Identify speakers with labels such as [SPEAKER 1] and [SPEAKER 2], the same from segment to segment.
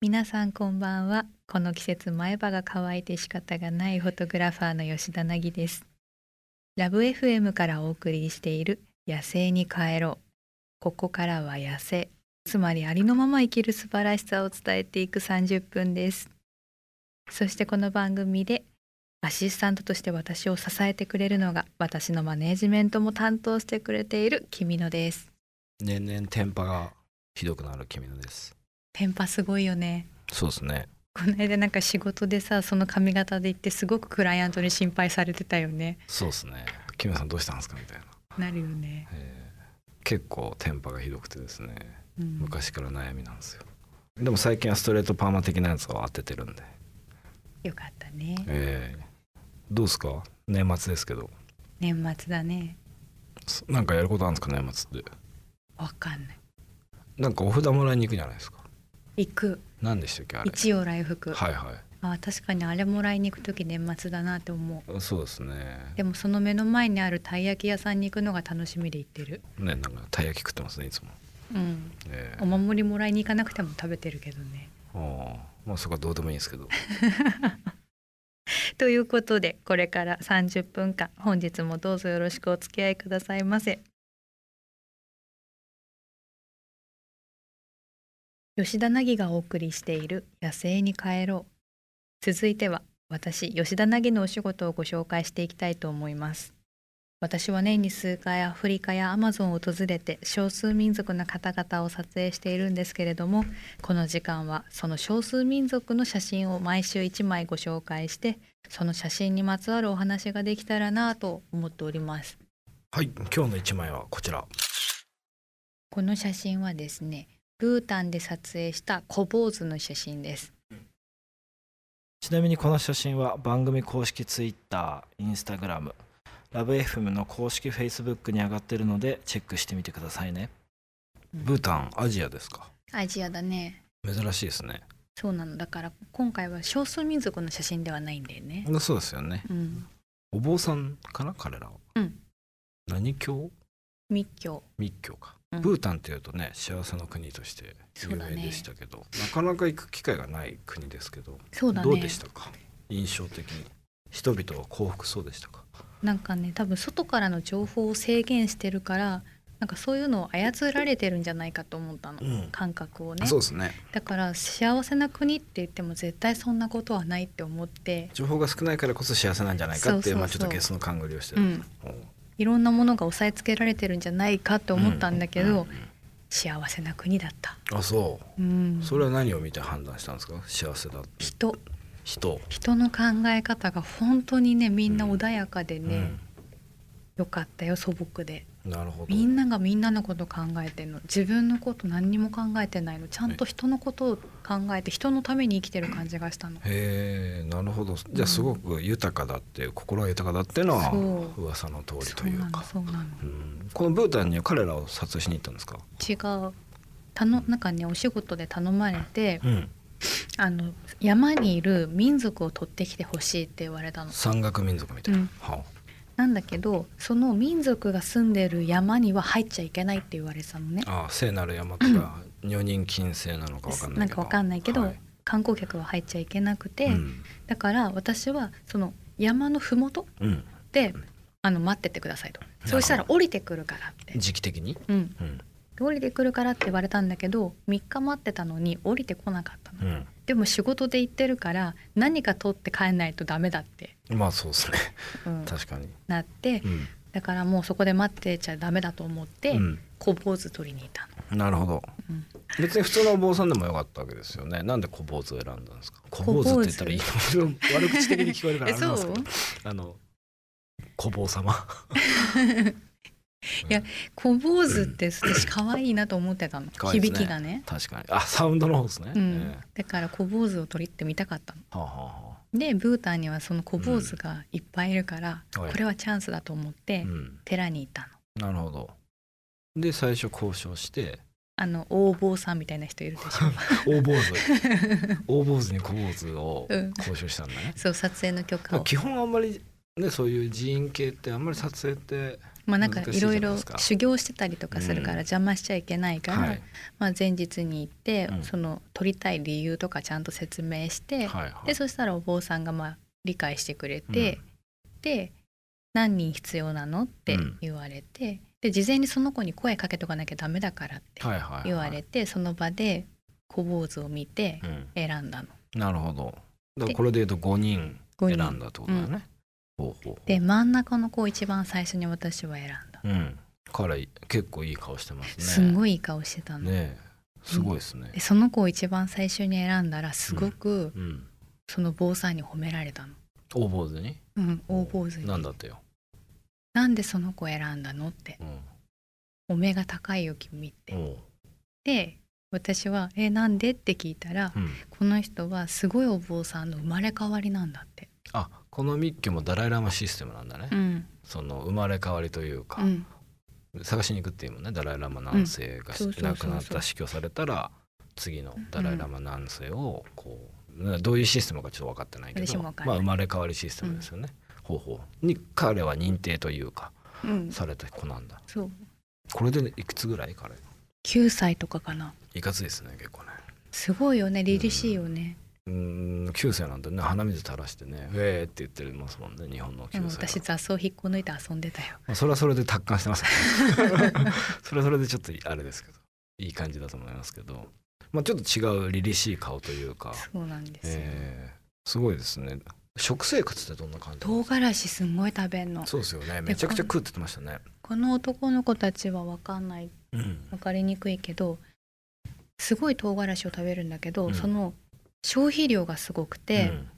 [SPEAKER 1] 皆さんこんばんはこの季節前歯が乾いて仕方がないフォトグラファーの吉田凪ですラブ FM からお送りしている野生に帰ろうここからは野生つまりありのまま生きる素晴らしさを伝えていく30分ですそしてこの番組でアシスタントとして私を支えてくれるのが私のマネージメントも担当してくれている君野です
[SPEAKER 2] 年々天パがひどくなる君のです
[SPEAKER 1] テンパすごいよね
[SPEAKER 2] そうですね
[SPEAKER 1] この間なんか仕事でさその髪型で行ってすごくクライアントに心配されてたよね
[SPEAKER 2] そうですね君さんどうしたんですかみたいな、
[SPEAKER 1] なるよね、
[SPEAKER 2] えー結構天パがひどくてですね
[SPEAKER 1] うん
[SPEAKER 2] 昔から悩みなんですよでも最近はストレートパーマ的なやつを当ててるんで、
[SPEAKER 1] よかったね
[SPEAKER 2] えーどうですか年末ですけど
[SPEAKER 1] 年末だね
[SPEAKER 2] そなんかやることあるんですか年末って
[SPEAKER 1] わかんない
[SPEAKER 2] なんかお札もらいに行くじゃないですか
[SPEAKER 1] 行く
[SPEAKER 2] 何でしたっけあれ
[SPEAKER 1] 一応来福、
[SPEAKER 2] はいは
[SPEAKER 1] あ確かにあれもらいに行く時年末だなって思う
[SPEAKER 2] いそうですね
[SPEAKER 1] でもその目の前にあるたい焼き屋さんに行くのが楽しみで行ってる
[SPEAKER 2] ねなんかたい焼き食ってますねいつも、
[SPEAKER 1] うん
[SPEAKER 2] え
[SPEAKER 1] お守りもらいに行かなくても食べてるけどね
[SPEAKER 2] ー、あーまあそこはどうでもいいんですけど
[SPEAKER 1] ということでこれから30分間本日もどうぞよろしくお付き合いくださいませ吉田凪がお送りしている「野生に帰ろう」続いては私吉田凪のお仕事をご紹介していきたいと思います私は年に数回アフリカやアマゾンを訪れて少数民族の方々を撮影しているんですけれどもこの時間はその少数民族の写真を毎週1枚ご紹介してその写真にまつわるお話ができたらなぁと思っております
[SPEAKER 2] はい今日の一枚はこちら
[SPEAKER 1] この写真はですねブータンで撮影した小坊主の写真です
[SPEAKER 3] ちなみにこの写真は番組公式 Twitter、Instagram、ラブ f m の公式 Facebook に上がってるのでチェックしてみてくださいね。
[SPEAKER 2] ブータンアジアですか
[SPEAKER 1] アジアだね
[SPEAKER 2] 珍しいですね
[SPEAKER 1] そうなのだから今回は少数民族の写真ではないんだよね
[SPEAKER 2] そうですよね
[SPEAKER 1] うん、
[SPEAKER 2] お坊さんかな彼らは
[SPEAKER 1] うん、
[SPEAKER 2] 何教
[SPEAKER 1] 密教
[SPEAKER 2] 密教か、
[SPEAKER 1] うん
[SPEAKER 2] ブータンっていうとね幸せの国として有名でしたけど、なかなか行く機会がない国ですけど
[SPEAKER 1] そうだね
[SPEAKER 2] どうでしたか印象的に人々は幸福そうでしたか
[SPEAKER 1] なんかね多分外からの情報を制限してるからなんかそういうのを操られてるんじゃないかと思ったの、
[SPEAKER 2] うん
[SPEAKER 1] 感覚をね
[SPEAKER 2] そうですね
[SPEAKER 1] だから幸せな国って言っても絶対そんなことはないって思って
[SPEAKER 2] 情報が少ないからこそ幸せなんじゃないかっていう
[SPEAKER 1] そうそうそう
[SPEAKER 2] まあちょっとゲスの勘繰りをしてる、
[SPEAKER 1] うん
[SPEAKER 2] おう
[SPEAKER 1] いろんなものが押さえつけられてるんじゃないかと思ったんだけど、
[SPEAKER 2] うう
[SPEAKER 1] 幸せな国だった、
[SPEAKER 2] あそう
[SPEAKER 1] うん、
[SPEAKER 2] それは何を見て判断したんですか幸せだって
[SPEAKER 1] 人
[SPEAKER 2] 人
[SPEAKER 1] 人の考え方が本当にねみんな穏やかでね、
[SPEAKER 2] うん
[SPEAKER 1] よかったよ素朴で
[SPEAKER 2] なるほど
[SPEAKER 1] みんながみんなのこと考えてんの自分のこと何にも考えてないのちゃんと人のことを考えて人のために生きてる感じがしたの
[SPEAKER 2] へえなるほどじゃあすごく豊かだっていう、心が豊かだっていうのは
[SPEAKER 1] そう
[SPEAKER 2] 噂の通り
[SPEAKER 1] そ
[SPEAKER 2] と
[SPEAKER 1] う
[SPEAKER 2] いう
[SPEAKER 1] なの
[SPEAKER 2] か
[SPEAKER 1] そうなの
[SPEAKER 2] うんこのブータンには彼らを撮影しに行ったんですか、
[SPEAKER 1] 違う頼なんかねお仕事で頼まれて
[SPEAKER 2] うん、
[SPEAKER 1] あの山にいる民族を取ってきてほしいって言われたの
[SPEAKER 2] 山岳民族みたいな、
[SPEAKER 1] うん
[SPEAKER 2] は
[SPEAKER 1] なんだけどその民族が住んでる山には入っちゃいけないって言われてたのね
[SPEAKER 2] あああ聖なる山とか女人禁制なのかわかんないけど
[SPEAKER 1] んかわかんないけど、
[SPEAKER 2] はい
[SPEAKER 1] 観光客は入っちゃいけなくて、
[SPEAKER 2] うん
[SPEAKER 1] だから私はその山の麓
[SPEAKER 2] うん、
[SPEAKER 1] であの待っててくださいと
[SPEAKER 2] ど
[SPEAKER 1] そうしたら降りてくるからって、
[SPEAKER 2] 時期的に、
[SPEAKER 1] うん、
[SPEAKER 2] うん
[SPEAKER 1] 降りてくるからって言われたんだけど3日待ってたのに降りてこなかったの、でも仕事で行ってるから何か取って帰んないとダメだって、
[SPEAKER 2] うん、まあそう ですね
[SPEAKER 1] うん
[SPEAKER 2] 確かに、
[SPEAKER 1] なって
[SPEAKER 2] うん
[SPEAKER 1] だからもうそこで待ってちゃダメだと思って、小坊主取りに行ったの。
[SPEAKER 2] うん、なるほど
[SPEAKER 1] うん
[SPEAKER 2] 別に普通のお坊さんでもよかったわけですよねなんで小坊主を選んだんですか小
[SPEAKER 1] 坊
[SPEAKER 2] 坊
[SPEAKER 1] 主
[SPEAKER 2] 主って言ったらいいの悪口的に聞こえるからあれなんですけどあの小坊様
[SPEAKER 1] いや小坊主って私可愛いなと思ってたの、
[SPEAKER 2] 可愛いです
[SPEAKER 1] 響
[SPEAKER 2] ね
[SPEAKER 1] きがね、
[SPEAKER 2] 確かにあサウンドの方ですね、
[SPEAKER 1] うん
[SPEAKER 2] え
[SPEAKER 1] だから小坊主を取りってみたかったの
[SPEAKER 2] えはあ、はあは
[SPEAKER 1] でブータンにはその小坊主がいっぱいいるから、
[SPEAKER 2] うんはい
[SPEAKER 1] これはチャンスだと思って、
[SPEAKER 2] あうん、
[SPEAKER 1] 寺にいたの
[SPEAKER 2] なるほどで最初交渉 して
[SPEAKER 1] あの大坊さんみたいな人いるでしょ
[SPEAKER 2] 大坊 主大坊主に小坊主を
[SPEAKER 1] うん
[SPEAKER 2] 交渉したんだね、
[SPEAKER 1] そう撮影の許可を
[SPEAKER 2] 基本あんまりねそういう寺院系ってあんまり撮影って
[SPEAKER 1] まあなんか
[SPEAKER 2] 難しい
[SPEAKER 1] い
[SPEAKER 2] じゃ
[SPEAKER 1] ろ
[SPEAKER 2] ない
[SPEAKER 1] い
[SPEAKER 2] で
[SPEAKER 1] ろ
[SPEAKER 2] すか
[SPEAKER 1] 修行してたりとかするから
[SPEAKER 2] うん
[SPEAKER 1] 邪魔しちゃいけないから、
[SPEAKER 2] はい
[SPEAKER 1] まあ前日に行って、
[SPEAKER 4] うん
[SPEAKER 1] その撮りたい理由とかちゃんと説明して、
[SPEAKER 2] はいはい
[SPEAKER 1] でそしたらお坊さんがまあ理解してくれて、で何人必要なのって
[SPEAKER 2] うん
[SPEAKER 1] 言われて、で事前にその子に声かけとかなきゃダメだからって
[SPEAKER 2] はいはいはい
[SPEAKER 1] 言われて、その場で小坊主を見て
[SPEAKER 2] うん
[SPEAKER 1] 選んだの。
[SPEAKER 2] なるほどだからこれで言うと5人
[SPEAKER 1] 五
[SPEAKER 2] 選
[SPEAKER 1] 人
[SPEAKER 2] んだってことだよね、ほうほうほう
[SPEAKER 1] で真ん中の子を一番最初に私は選んだ。
[SPEAKER 2] うん彼結構いい顔してますね
[SPEAKER 1] すごいいい顔してたの。
[SPEAKER 2] ねえすごいですね
[SPEAKER 1] で、その子を一番最初に選んだらすごく
[SPEAKER 2] うん、
[SPEAKER 1] その坊さんに褒められたの。
[SPEAKER 2] 大坊主に
[SPEAKER 1] うん、大坊主に
[SPEAKER 2] なんだってよ、
[SPEAKER 1] なんでその子選んだのって
[SPEAKER 2] うん、
[SPEAKER 1] お目が高いよ君って。
[SPEAKER 2] おう
[SPEAKER 1] で私は「えなんで?」って聞いたら、
[SPEAKER 2] うん
[SPEAKER 1] この人はすごいお坊さんの生まれ変わりなんだって。
[SPEAKER 2] あこの密教もダライラマシステムなんだね、
[SPEAKER 1] うん、
[SPEAKER 2] その生まれ変わりというか、
[SPEAKER 1] うん、
[SPEAKER 2] 探しに行くっていうもんねダライラマ何世が
[SPEAKER 1] そうそうそうそう
[SPEAKER 2] 亡くなった死去されたら次のダライラマ何世をこうなどういうシステムかちょっと分かってないけ
[SPEAKER 1] 私
[SPEAKER 2] ど
[SPEAKER 1] も分かん
[SPEAKER 2] ま
[SPEAKER 1] ない
[SPEAKER 2] あ、生まれ変わりシステムですよね、方法に彼は認定というか
[SPEAKER 1] うん、
[SPEAKER 2] された子なんだ
[SPEAKER 1] そう
[SPEAKER 2] これで、いくつぐらい彼
[SPEAKER 1] 9歳とかかない
[SPEAKER 2] かついですね結構ね
[SPEAKER 1] すごいよね凛々しいよね、
[SPEAKER 2] うーん9世なんてね鼻水垂らしてね「ウェー」って言ってますもんね日本の
[SPEAKER 1] で
[SPEAKER 2] 9
[SPEAKER 1] も
[SPEAKER 2] 世は
[SPEAKER 1] 私雑草引っこ抜いて遊んでたよ
[SPEAKER 2] まあそれはそれで達観してますけど それはそれでちょっとあれですけどいい感じだと思いますけど、まあ、ちょっと違う凛々しい顔というか、
[SPEAKER 1] そうなんですよ、
[SPEAKER 2] えーすごいですね食生活ってどんな感じ
[SPEAKER 1] 唐辛子すんごい食べんの
[SPEAKER 2] そうですよねめちゃくちゃ食うって言ってましたね、
[SPEAKER 1] この男の子たちは分かんない
[SPEAKER 2] うん、
[SPEAKER 1] 分かりにくいけどすごい唐辛子を食べるんだけど、
[SPEAKER 2] うん
[SPEAKER 1] その消費量がすごくて、
[SPEAKER 2] うん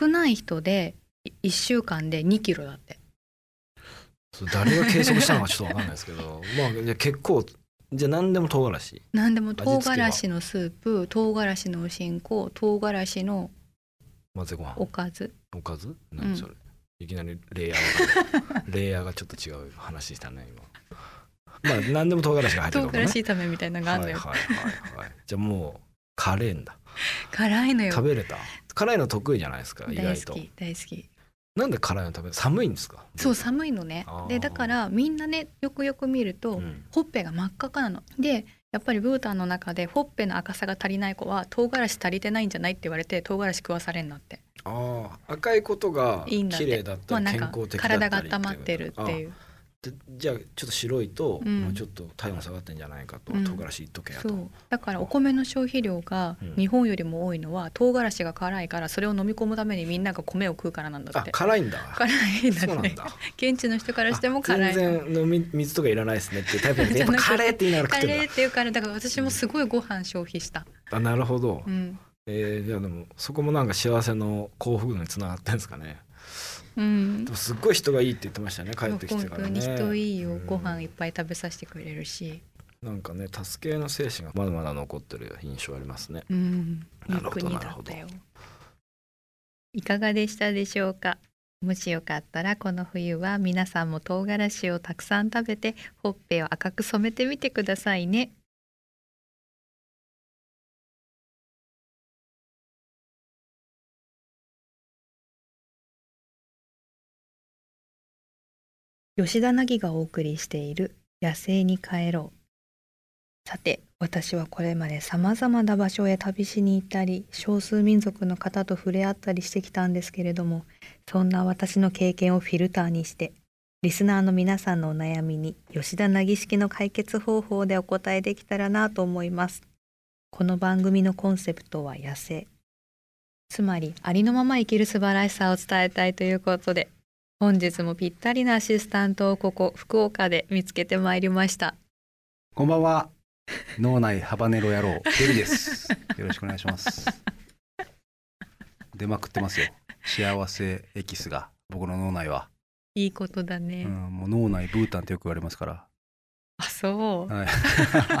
[SPEAKER 1] 少ない人で1週間で2キロだって
[SPEAKER 2] そう誰が計測したのかちょっとわかんないですけ どまあじゃあ結構じゃあ何でも唐辛子
[SPEAKER 1] 何でも唐
[SPEAKER 2] 味付けは
[SPEAKER 1] 辛子のスープ唐辛子のおしんこ唐辛子の
[SPEAKER 2] 混ぜご飯
[SPEAKER 1] おかず
[SPEAKER 2] おかず何それ、いきなりレイヤー がレイヤーがちょっと違う話でしたね今まあ何でも唐辛子が入ってる
[SPEAKER 1] 唐
[SPEAKER 2] かもね
[SPEAKER 1] 辛子炒めみたいなのがあるのよ、
[SPEAKER 2] はいはいはいはい、じゃあもうカレーんだ
[SPEAKER 1] 辛いの
[SPEAKER 2] 食
[SPEAKER 1] よ
[SPEAKER 2] べれた辛いの得意じゃないですか意
[SPEAKER 1] 大
[SPEAKER 2] 外
[SPEAKER 1] 好
[SPEAKER 2] と
[SPEAKER 1] き大好き
[SPEAKER 2] なんで辛いの食べる寒いんですか
[SPEAKER 1] そう寒いのね
[SPEAKER 2] あー
[SPEAKER 1] でだからみんなねよくよく見ると、
[SPEAKER 2] うん
[SPEAKER 1] ほっぺが真っ赤かなのでやっぱりブータンの中でほっぺの赤さが足りない子は唐辛子足りてないんじゃないって言われて唐辛子食わされんなって
[SPEAKER 2] ああ赤いことが
[SPEAKER 1] いいんだって
[SPEAKER 2] 綺麗だっ
[SPEAKER 1] ま
[SPEAKER 2] た
[SPEAKER 1] あ
[SPEAKER 2] り
[SPEAKER 1] なん
[SPEAKER 2] 健
[SPEAKER 1] か
[SPEAKER 2] 康的だったり
[SPEAKER 1] 体が温まってるっていうう
[SPEAKER 2] ことでじゃあちょっと白いと、
[SPEAKER 1] うん
[SPEAKER 2] もうちょっと体温下がってんじゃないかと、
[SPEAKER 1] うん
[SPEAKER 2] 唐辛子いっとけや
[SPEAKER 1] そ
[SPEAKER 2] と
[SPEAKER 1] うだからお米の消費量が
[SPEAKER 2] うん
[SPEAKER 1] 日本よりも多いのは唐辛子が辛いからそれを飲み込むためにみんなが米を食うからなんだ
[SPEAKER 2] あ
[SPEAKER 1] って
[SPEAKER 2] 辛いんだ
[SPEAKER 1] 辛いんだ
[SPEAKER 2] そう
[SPEAKER 1] っ
[SPEAKER 2] な
[SPEAKER 1] て
[SPEAKER 2] んだ
[SPEAKER 1] 現地の人からしても辛
[SPEAKER 2] あ
[SPEAKER 1] い
[SPEAKER 2] 全然飲み水とかいらないですねっていうタイプ で
[SPEAKER 1] じ
[SPEAKER 2] や
[SPEAKER 1] ゃ
[SPEAKER 2] っぱ
[SPEAKER 1] なくて
[SPEAKER 2] カレーって言いながら
[SPEAKER 1] カ
[SPEAKER 2] 食って
[SPEAKER 1] レ
[SPEAKER 2] るん
[SPEAKER 1] ーっていうからだから私もすごいご飯消費した、
[SPEAKER 2] だあなるほど、
[SPEAKER 1] うん
[SPEAKER 2] えー、じゃあでもそこもなんか幸せの幸福度につながってんですかね
[SPEAKER 1] うん
[SPEAKER 2] で、もすっごい人がいいって言ってましたよね帰ってきて
[SPEAKER 1] 本
[SPEAKER 2] か
[SPEAKER 1] 当
[SPEAKER 2] ら
[SPEAKER 1] に
[SPEAKER 2] ね
[SPEAKER 1] 人いいよ、ご飯いっ
[SPEAKER 2] うん
[SPEAKER 1] ぱい食べさせてくれるし、
[SPEAKER 2] なんかね助け合いの精神がまだまだ残ってる印象ありますね
[SPEAKER 1] うん、い
[SPEAKER 2] ないるほど
[SPEAKER 1] 国だったよいかがでしたでしょうかもしよかったらこの冬は皆さんも唐辛子をたくさん食べてほっぺを赤く染めてみてくださいね吉田凪がお送りしている野生に帰ろうさて私はこれまでさまざまな場所へ旅しに行ったり少数民族の方と触れ合ったりしてきたんですけれどもそんな私の経験をフィルターにしてリスナーの皆さんのお悩みに吉田凪式の解決方法でお答えできたらなと思いますこの番組のコンセプトは野生つまりありのまま生きる素晴らしさを伝えたいということで本日もぴったりなアシスタントをここ福岡で見つけてまいりました
[SPEAKER 5] こんばんは。脳内ハバネロ野郎、デビです。よろしくお願いします。出まくってますよ。幸せエキスが、僕の脳内は。
[SPEAKER 1] いいことだ
[SPEAKER 5] う
[SPEAKER 1] ね、
[SPEAKER 5] ん、もう脳内ブータンってよく言われますから。
[SPEAKER 1] あそう
[SPEAKER 5] はい。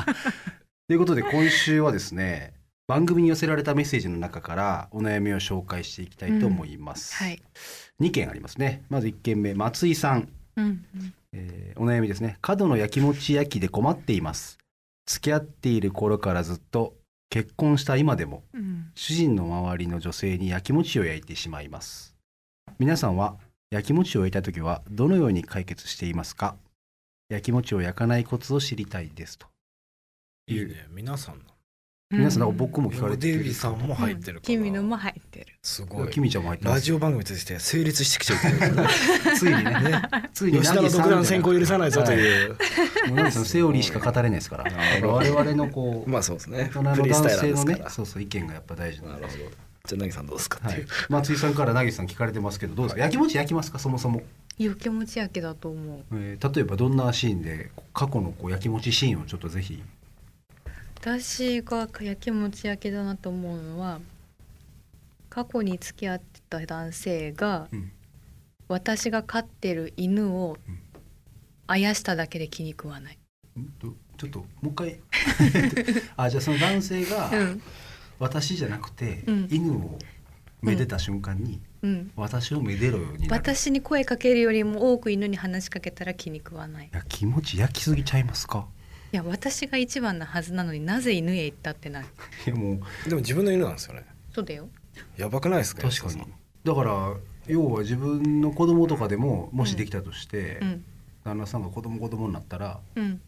[SPEAKER 5] ということで、今週はですね、番組に寄せられたメッセージの中からお悩みを紹介していきたいと思います。
[SPEAKER 1] はい。
[SPEAKER 5] 2件ありますね。まず1件目、松井さん。
[SPEAKER 1] うん
[SPEAKER 5] えーお悩みですね角のやきもち焼きで困っています付き合っている頃からずっと結婚した今でも
[SPEAKER 1] うん。
[SPEAKER 5] 主人の周りの女性にやきもちを焼いてしまいます皆さんはやきもちを焼いた時はどのように解決していますか
[SPEAKER 2] 焼き餅を焼かないコツを知りたいですと。
[SPEAKER 6] いいね皆さんの
[SPEAKER 2] 皆さん、なんか僕も聞かれて
[SPEAKER 6] デイ
[SPEAKER 2] る
[SPEAKER 6] ビーさんも入ってるから、
[SPEAKER 1] 君のも入ってる。
[SPEAKER 6] すごい
[SPEAKER 2] 君ちゃんも入ってま
[SPEAKER 6] ラ
[SPEAKER 2] す。
[SPEAKER 6] ジオ番組として成立してきちゃうつい にね
[SPEAKER 2] つい
[SPEAKER 6] 吉田の独断先行許さないぞと
[SPEAKER 2] う。
[SPEAKER 6] いう、
[SPEAKER 2] はいもうナギさんのセオリーしか語れないです から。我々のこう、
[SPEAKER 6] まあそうですね
[SPEAKER 2] 大人の
[SPEAKER 6] フリース
[SPEAKER 2] 男
[SPEAKER 6] タイラー
[SPEAKER 2] 性
[SPEAKER 6] で
[SPEAKER 2] の
[SPEAKER 6] すから
[SPEAKER 2] ね、そうそう意見がやっぱ大事な
[SPEAKER 6] なんる
[SPEAKER 2] で
[SPEAKER 6] ほどじゃあ凪さんどうですかっ
[SPEAKER 2] は
[SPEAKER 6] ていう
[SPEAKER 2] い、、松井さんからなぎさん聞かれてますけどどうですか、焼き餅焼きますかそもそも、
[SPEAKER 1] いや、気持ちやけだと思う。
[SPEAKER 2] えー例えばどんなシーンで過去のこう焼き餅シーンをちょっとぜひ
[SPEAKER 1] 私がやきもちやけだなと思うのは。過去に付き合ってた男性が、
[SPEAKER 2] うん
[SPEAKER 1] 私が飼ってる犬を
[SPEAKER 2] うん。
[SPEAKER 1] あやしただけで気に食わない。
[SPEAKER 2] んどちょっともう一回 あじゃあその男性が
[SPEAKER 1] うん。
[SPEAKER 2] 私じゃなくて、
[SPEAKER 1] うん
[SPEAKER 2] 犬をめでた瞬間に、
[SPEAKER 1] うん。
[SPEAKER 2] 私をめでろようになる
[SPEAKER 1] 私に声かけるよりも多く犬に話しかけたら気に食わない。
[SPEAKER 2] 焼き餅焼きすぎちゃいますか
[SPEAKER 1] いや私が一番なはずなのになぜ犬へ行ったってない
[SPEAKER 2] いやもう
[SPEAKER 6] でも自分の犬なんですよね
[SPEAKER 1] そうだよ
[SPEAKER 6] やばくないですか
[SPEAKER 2] 確か
[SPEAKER 6] 吉田
[SPEAKER 2] に
[SPEAKER 6] さ
[SPEAKER 2] だ
[SPEAKER 6] ん
[SPEAKER 2] から要は自分の子供とかでももしできたとして、
[SPEAKER 1] うん
[SPEAKER 2] 旦那さんが子供子供になったら
[SPEAKER 1] うん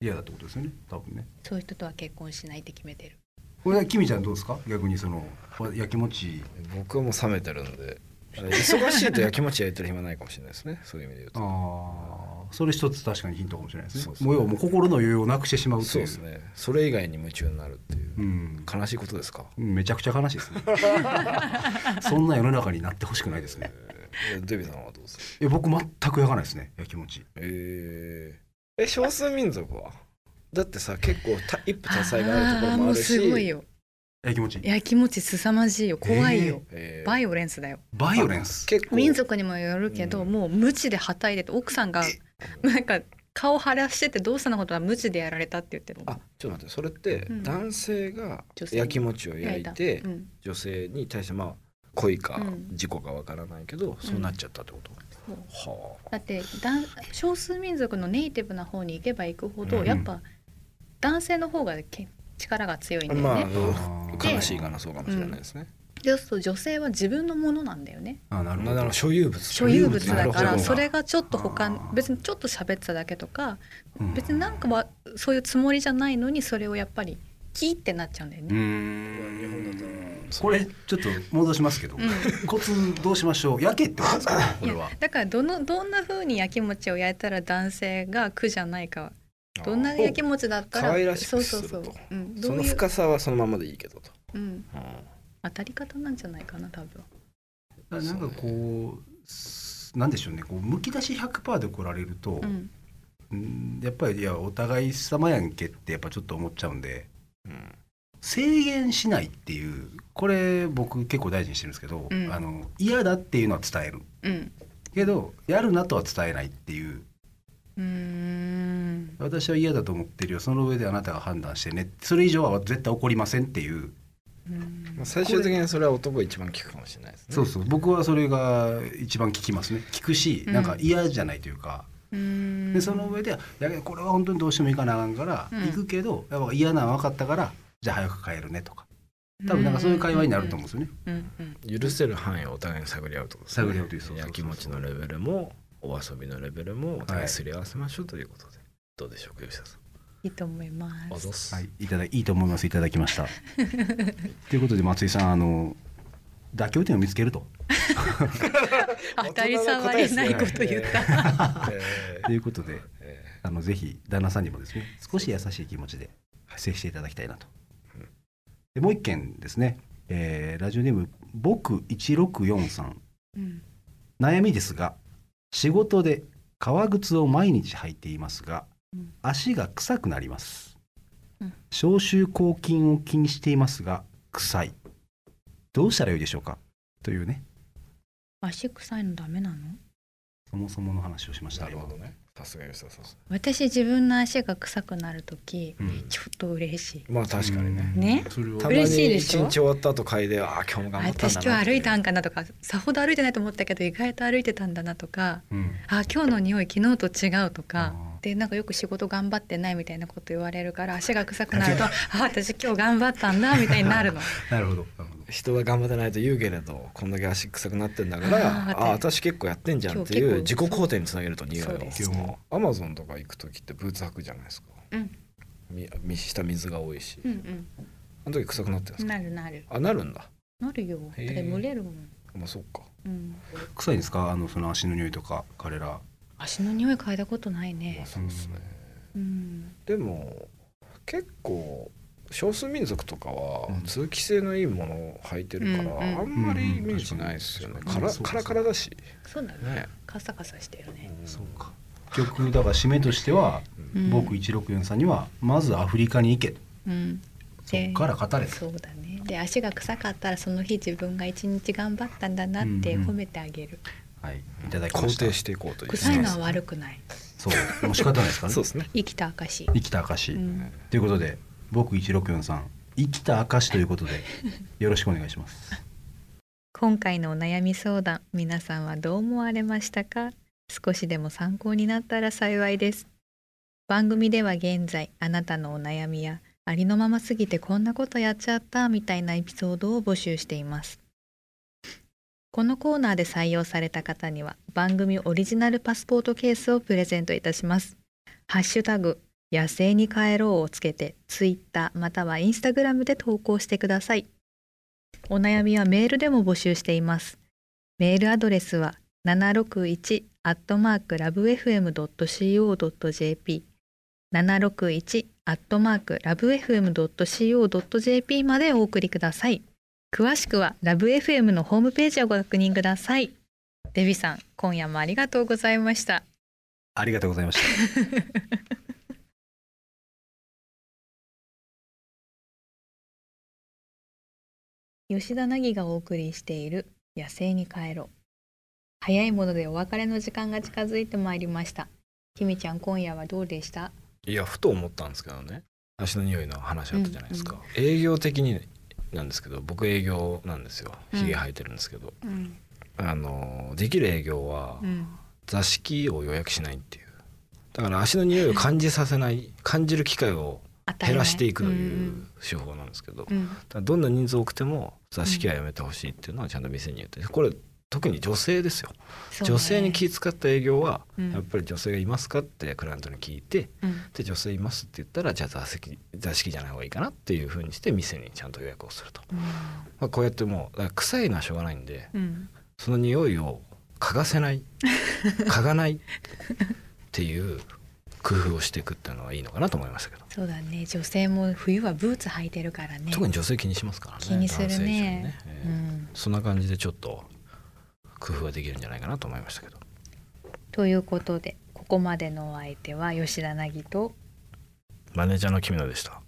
[SPEAKER 2] 嫌だってことですよね多分ね
[SPEAKER 1] そういう人とは結婚しないって決めてる
[SPEAKER 2] これはキミちゃんどうですか逆にそのわ焼き餅
[SPEAKER 6] 僕はもう冷めてるので忙しいとやきもち焼いてる暇ないかもしれないですねそういう意味で言うと
[SPEAKER 2] ああそれ一つ確かにヒントかもしれないです
[SPEAKER 6] そ
[SPEAKER 2] ね
[SPEAKER 6] うですね
[SPEAKER 2] もう要はもう心の余裕をなくしてしまうと
[SPEAKER 6] そう
[SPEAKER 2] いう
[SPEAKER 6] ですねそれ以外に夢中になるっていう、
[SPEAKER 2] うん
[SPEAKER 6] 悲しいことですか
[SPEAKER 2] うんめちゃくちゃ悲しいですねそんな世の中になってほしくないですね
[SPEAKER 6] えーデビさんはどうですか
[SPEAKER 2] いや僕全く焼かないですね焼き餅
[SPEAKER 6] えーえ少数民族はだってさ結構た一夫多妻があるとこ
[SPEAKER 1] ああ
[SPEAKER 6] ろも
[SPEAKER 1] も
[SPEAKER 6] あ
[SPEAKER 1] う
[SPEAKER 6] るし
[SPEAKER 1] すごいよ
[SPEAKER 2] 焼き餅
[SPEAKER 1] やきもちすさまじいよ怖いよ、
[SPEAKER 6] えー
[SPEAKER 1] バイオレンスだよ
[SPEAKER 2] バイオレンス
[SPEAKER 6] 結構
[SPEAKER 1] 民族にもよるけど、
[SPEAKER 6] うん
[SPEAKER 1] もう無知ではたいてて奥さんがなんか顔腫らしててどうしたのことは無知でやられたって言ってるの
[SPEAKER 6] あちょっと待ってそれって
[SPEAKER 1] うん
[SPEAKER 6] 男性が
[SPEAKER 1] 女性に
[SPEAKER 6] やきもちを焼いて、
[SPEAKER 1] うん、
[SPEAKER 6] 女性に対してまあ恋か
[SPEAKER 1] うん
[SPEAKER 6] 事故かわからないけど、そうなっちゃったってこと、
[SPEAKER 1] そう
[SPEAKER 6] はあ
[SPEAKER 1] だって男少数民族のネイティブな方に行けば行くほど、
[SPEAKER 6] うん
[SPEAKER 1] やっぱ男性の方がけ力が強いんだよね、
[SPEAKER 6] まあ
[SPEAKER 2] で
[SPEAKER 6] 悲しいかなそうかもしれないですね、
[SPEAKER 1] でそうすると女性は自分のものなんだよね
[SPEAKER 2] あなる
[SPEAKER 6] な
[SPEAKER 2] ほ
[SPEAKER 6] んだろ
[SPEAKER 2] ど
[SPEAKER 6] う所有物
[SPEAKER 1] 所有物
[SPEAKER 2] な
[SPEAKER 1] だ
[SPEAKER 2] るほ
[SPEAKER 1] か
[SPEAKER 2] ど
[SPEAKER 1] らそれがちょっと他
[SPEAKER 2] あー
[SPEAKER 1] 別にちょっと喋ってただけとか
[SPEAKER 2] うん
[SPEAKER 1] 別になんかはそういうつもりじゃないのにそれをやっぱりキーってなっちゃうんだよ
[SPEAKER 2] う
[SPEAKER 1] ね。
[SPEAKER 6] 日本だと
[SPEAKER 2] ん
[SPEAKER 6] そ
[SPEAKER 2] こ
[SPEAKER 6] う
[SPEAKER 2] れちょっと戻しますけど、
[SPEAKER 1] う
[SPEAKER 2] コツどうしましょう焼けってことですかねこ
[SPEAKER 1] い
[SPEAKER 2] れ
[SPEAKER 1] や
[SPEAKER 2] は
[SPEAKER 1] だからどのどんな風にやきもちを焼いたら男性が苦じゃないかどんなやきもちだったら
[SPEAKER 6] 可愛らし
[SPEAKER 1] そう
[SPEAKER 6] くす
[SPEAKER 1] そう
[SPEAKER 6] ると
[SPEAKER 1] そう、うん、
[SPEAKER 6] そ
[SPEAKER 1] どう
[SPEAKER 6] の
[SPEAKER 1] いう、
[SPEAKER 6] 深さはそのままでいいけどと、
[SPEAKER 1] うん、当たり方なんじゃないかな多分。
[SPEAKER 2] なんかこうすなんでしょうねこうむき出し100%で来られると
[SPEAKER 1] う、ん
[SPEAKER 2] うんやっぱりいやお互い様やんけってやっぱちょっと思っちゃうんで
[SPEAKER 6] うん
[SPEAKER 2] 制限しないっていうこれ僕結構大事にしてるんですけど、
[SPEAKER 1] うん
[SPEAKER 2] あの嫌だっていうのは伝える
[SPEAKER 1] うん
[SPEAKER 2] けどやるなとは伝えないっていう
[SPEAKER 1] うーん
[SPEAKER 2] 私は嫌だと思ってるよその上であなたが判断してねそれ以上は絶対起こりませんっていう
[SPEAKER 1] うん
[SPEAKER 6] まあ、最終的にそれは男が一番聞くかもしれないですね
[SPEAKER 2] そうそう僕はそれが一番聞きますね聞くし
[SPEAKER 1] うん
[SPEAKER 2] なんか嫌じゃないというか、
[SPEAKER 1] うーん
[SPEAKER 2] でその上でいやこれは本当にどうしても行かなあかんから、
[SPEAKER 1] うん
[SPEAKER 2] 行くけどやっぱ嫌なの分かったからじゃあ早く帰るねとか多分なんかそういう会話になると思うんですよね、
[SPEAKER 1] うんうん
[SPEAKER 6] 許せる範囲をお互いに探り合うってことですね
[SPEAKER 2] 探り合うというそうそうそう
[SPEAKER 6] やきもちのレベルもお遊びのレベルもお互いすり合わせましょうということで、どうでしょうか吉田さん
[SPEAKER 1] いいと思いま
[SPEAKER 6] あ
[SPEAKER 1] す
[SPEAKER 6] ざっす
[SPEAKER 2] はい、いただいいと思いますいただきましたということで松井さんあの妥協点を見つけると
[SPEAKER 1] 当たり障りないこと言った
[SPEAKER 6] え
[SPEAKER 2] ということで
[SPEAKER 6] ーえー
[SPEAKER 2] あのぜひ旦那さんにもですね少し優しい気持ちで接していただきたいなと
[SPEAKER 6] うん。
[SPEAKER 2] でもう一件ですね、えーラジオネーム僕164さん
[SPEAKER 1] うん
[SPEAKER 2] 悩みですが仕事で革靴を毎日履いていますが
[SPEAKER 1] うん
[SPEAKER 2] 足が臭くなります、
[SPEAKER 1] うん
[SPEAKER 2] 消臭抗菌を気にしていますが臭いどうしたらよいでしょうかというね
[SPEAKER 1] 足臭いのダメなの
[SPEAKER 2] そもそもの話をしました
[SPEAKER 6] なるほどねさすが吉田さん
[SPEAKER 1] 私自分の足が臭くなるとき
[SPEAKER 2] 今
[SPEAKER 1] ちょっと嬉しい
[SPEAKER 6] まあ確かにね、
[SPEAKER 2] うん
[SPEAKER 1] ね
[SPEAKER 2] それ
[SPEAKER 6] た
[SPEAKER 2] は
[SPEAKER 6] まに
[SPEAKER 1] 嬉しいで
[SPEAKER 6] 一
[SPEAKER 1] しょ
[SPEAKER 6] 日終わった後嗅いでああ今日も頑張ったんだな
[SPEAKER 1] 私今日歩いたんかなとかさほど歩いてないと思ったけど意外と歩いてたんだなとか
[SPEAKER 2] うん
[SPEAKER 1] あ今日の匂い昨日と違うとか
[SPEAKER 2] あ
[SPEAKER 1] でなんかよく仕事頑張ってないみたいな こと言われるから足が臭くなるとあ私今日頑張ったんだみたいになるの
[SPEAKER 2] なるほどなるほど
[SPEAKER 6] 人が頑張ってないと言うけれどこんだけ足臭くなってんだから
[SPEAKER 1] あーわかる
[SPEAKER 6] ああー私結構やってんじゃんって
[SPEAKER 1] 今
[SPEAKER 6] いう
[SPEAKER 1] 日
[SPEAKER 6] 自
[SPEAKER 1] 結
[SPEAKER 6] 己
[SPEAKER 1] 構
[SPEAKER 6] 肯定につなげると匂い
[SPEAKER 1] そう
[SPEAKER 6] を
[SPEAKER 1] です
[SPEAKER 6] 基本アマゾンとか行く時ってブーツ履くじゃないですか、
[SPEAKER 1] うん
[SPEAKER 6] みみ下水が多いし
[SPEAKER 1] うん
[SPEAKER 6] あの時臭くなってるんで
[SPEAKER 1] う
[SPEAKER 6] す
[SPEAKER 1] ん
[SPEAKER 6] か
[SPEAKER 1] なるなる
[SPEAKER 6] あなるんだ
[SPEAKER 1] なるよだっ
[SPEAKER 6] へえ
[SPEAKER 1] て蒸れるもん、
[SPEAKER 6] まあそっか
[SPEAKER 1] うん、
[SPEAKER 2] 臭いですかあのその足の匂いとか彼ら
[SPEAKER 1] 足の匂い嗅いだことない
[SPEAKER 6] まあ
[SPEAKER 1] ね
[SPEAKER 6] そうですね
[SPEAKER 1] うん
[SPEAKER 6] でも結構少数民族とかは
[SPEAKER 2] うん
[SPEAKER 6] 通気性のいいものを履いてるから、
[SPEAKER 1] うんうん
[SPEAKER 6] あんまりイメージないですよね、
[SPEAKER 2] うん
[SPEAKER 6] から
[SPEAKER 2] うんそうそう
[SPEAKER 6] カラカラだし
[SPEAKER 1] そうだね
[SPEAKER 6] ね、
[SPEAKER 1] カサカサしてるね
[SPEAKER 2] か結局だから締めとしては、
[SPEAKER 1] うん
[SPEAKER 2] 僕164さんにはまずアフリカに行け
[SPEAKER 1] うん
[SPEAKER 2] そっから語れ
[SPEAKER 1] そうだねで足が臭かったらその日自分が一日頑張ったんだなって
[SPEAKER 2] うんうん
[SPEAKER 1] 褒めてあげる、
[SPEAKER 2] はいいただきま
[SPEAKER 6] 肯
[SPEAKER 2] した
[SPEAKER 6] 定していこうという
[SPEAKER 1] 臭いのは悪くない
[SPEAKER 2] そうもう仕方ないですからね
[SPEAKER 6] そうですね
[SPEAKER 1] 生きた証
[SPEAKER 2] 生きた証、
[SPEAKER 1] うん
[SPEAKER 2] ということで僕164さん生きた証ということで よろしくお願いします
[SPEAKER 1] 今回のお悩み相談皆さんはどう思われましたか少しでも参考になったら幸いです番組では現在あなたのお悩みやありのまますぎてこんなことやっちゃったみたいなエピソードを募集していますこのコーナーで採用された方には番組オリジナルパスポートケースをプレゼントいたしますハッシュタグ野生に帰ろうをつけてツイッターまたはインスタグラムで投稿してくださいお悩みはメールでも募集しています。メールアドレスは761アットマークラブ FM.co.jp 761アットマークラブ FM.co.jp までお送りください。詳しくはラブ FM のホームページをご確認ください。デビさん、今夜もありがとうございました。
[SPEAKER 2] ありがとうございました
[SPEAKER 1] 吉田凪がお送りしている「野生に帰ろう」早いものでお別れの時間が近づいてまいりましたひみちゃん今夜はどうでした
[SPEAKER 6] いやふと思ったんですけどね足の匂いの話あったじゃないですか、営業的になんですけど僕営業なんですよ
[SPEAKER 1] うん
[SPEAKER 6] ひげ生えてるんですけど、
[SPEAKER 1] うん
[SPEAKER 6] あのできる営業は
[SPEAKER 1] うん
[SPEAKER 6] 座敷を予約しないっていうだから足の匂いを感じさ せない感じる機会を減らしていくという手法なんですけど、だ
[SPEAKER 1] うんうん
[SPEAKER 6] からどんな人数多くても座敷はやめてほしいっていうのはちゃんと店に言ってこれ特に女性ですよ、
[SPEAKER 1] そうね
[SPEAKER 6] 女性に気遣った営業は
[SPEAKER 1] うん
[SPEAKER 6] やっぱり女性がいますかってクライアントに聞いて、
[SPEAKER 1] うん
[SPEAKER 6] で女性いますって言ったらじゃあ座席座敷じゃない方がいいかなっていうふうにして店にちゃんと予約をすると、まあ、こうやってもうだから臭いのはしょうがないんで
[SPEAKER 1] うん
[SPEAKER 6] その匂いを嗅がせない 嗅がないっていう工夫をしていくっていうのはいいのかなと思いましたけど、
[SPEAKER 1] そうだね女性も冬はブーツ履いてるからね
[SPEAKER 6] 特に女性気にしますからね
[SPEAKER 1] 気にするね
[SPEAKER 6] 男性以上にえ
[SPEAKER 1] う
[SPEAKER 6] え
[SPEAKER 1] ん
[SPEAKER 6] そんな感じでちょっと工夫ができるんじゃないかなと思いましたけど
[SPEAKER 1] ということでここまでのお相手は吉田凪と
[SPEAKER 6] マネージャーの君野でした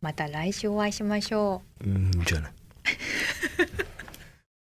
[SPEAKER 1] また来週お会いしましょう
[SPEAKER 6] うんじゃあね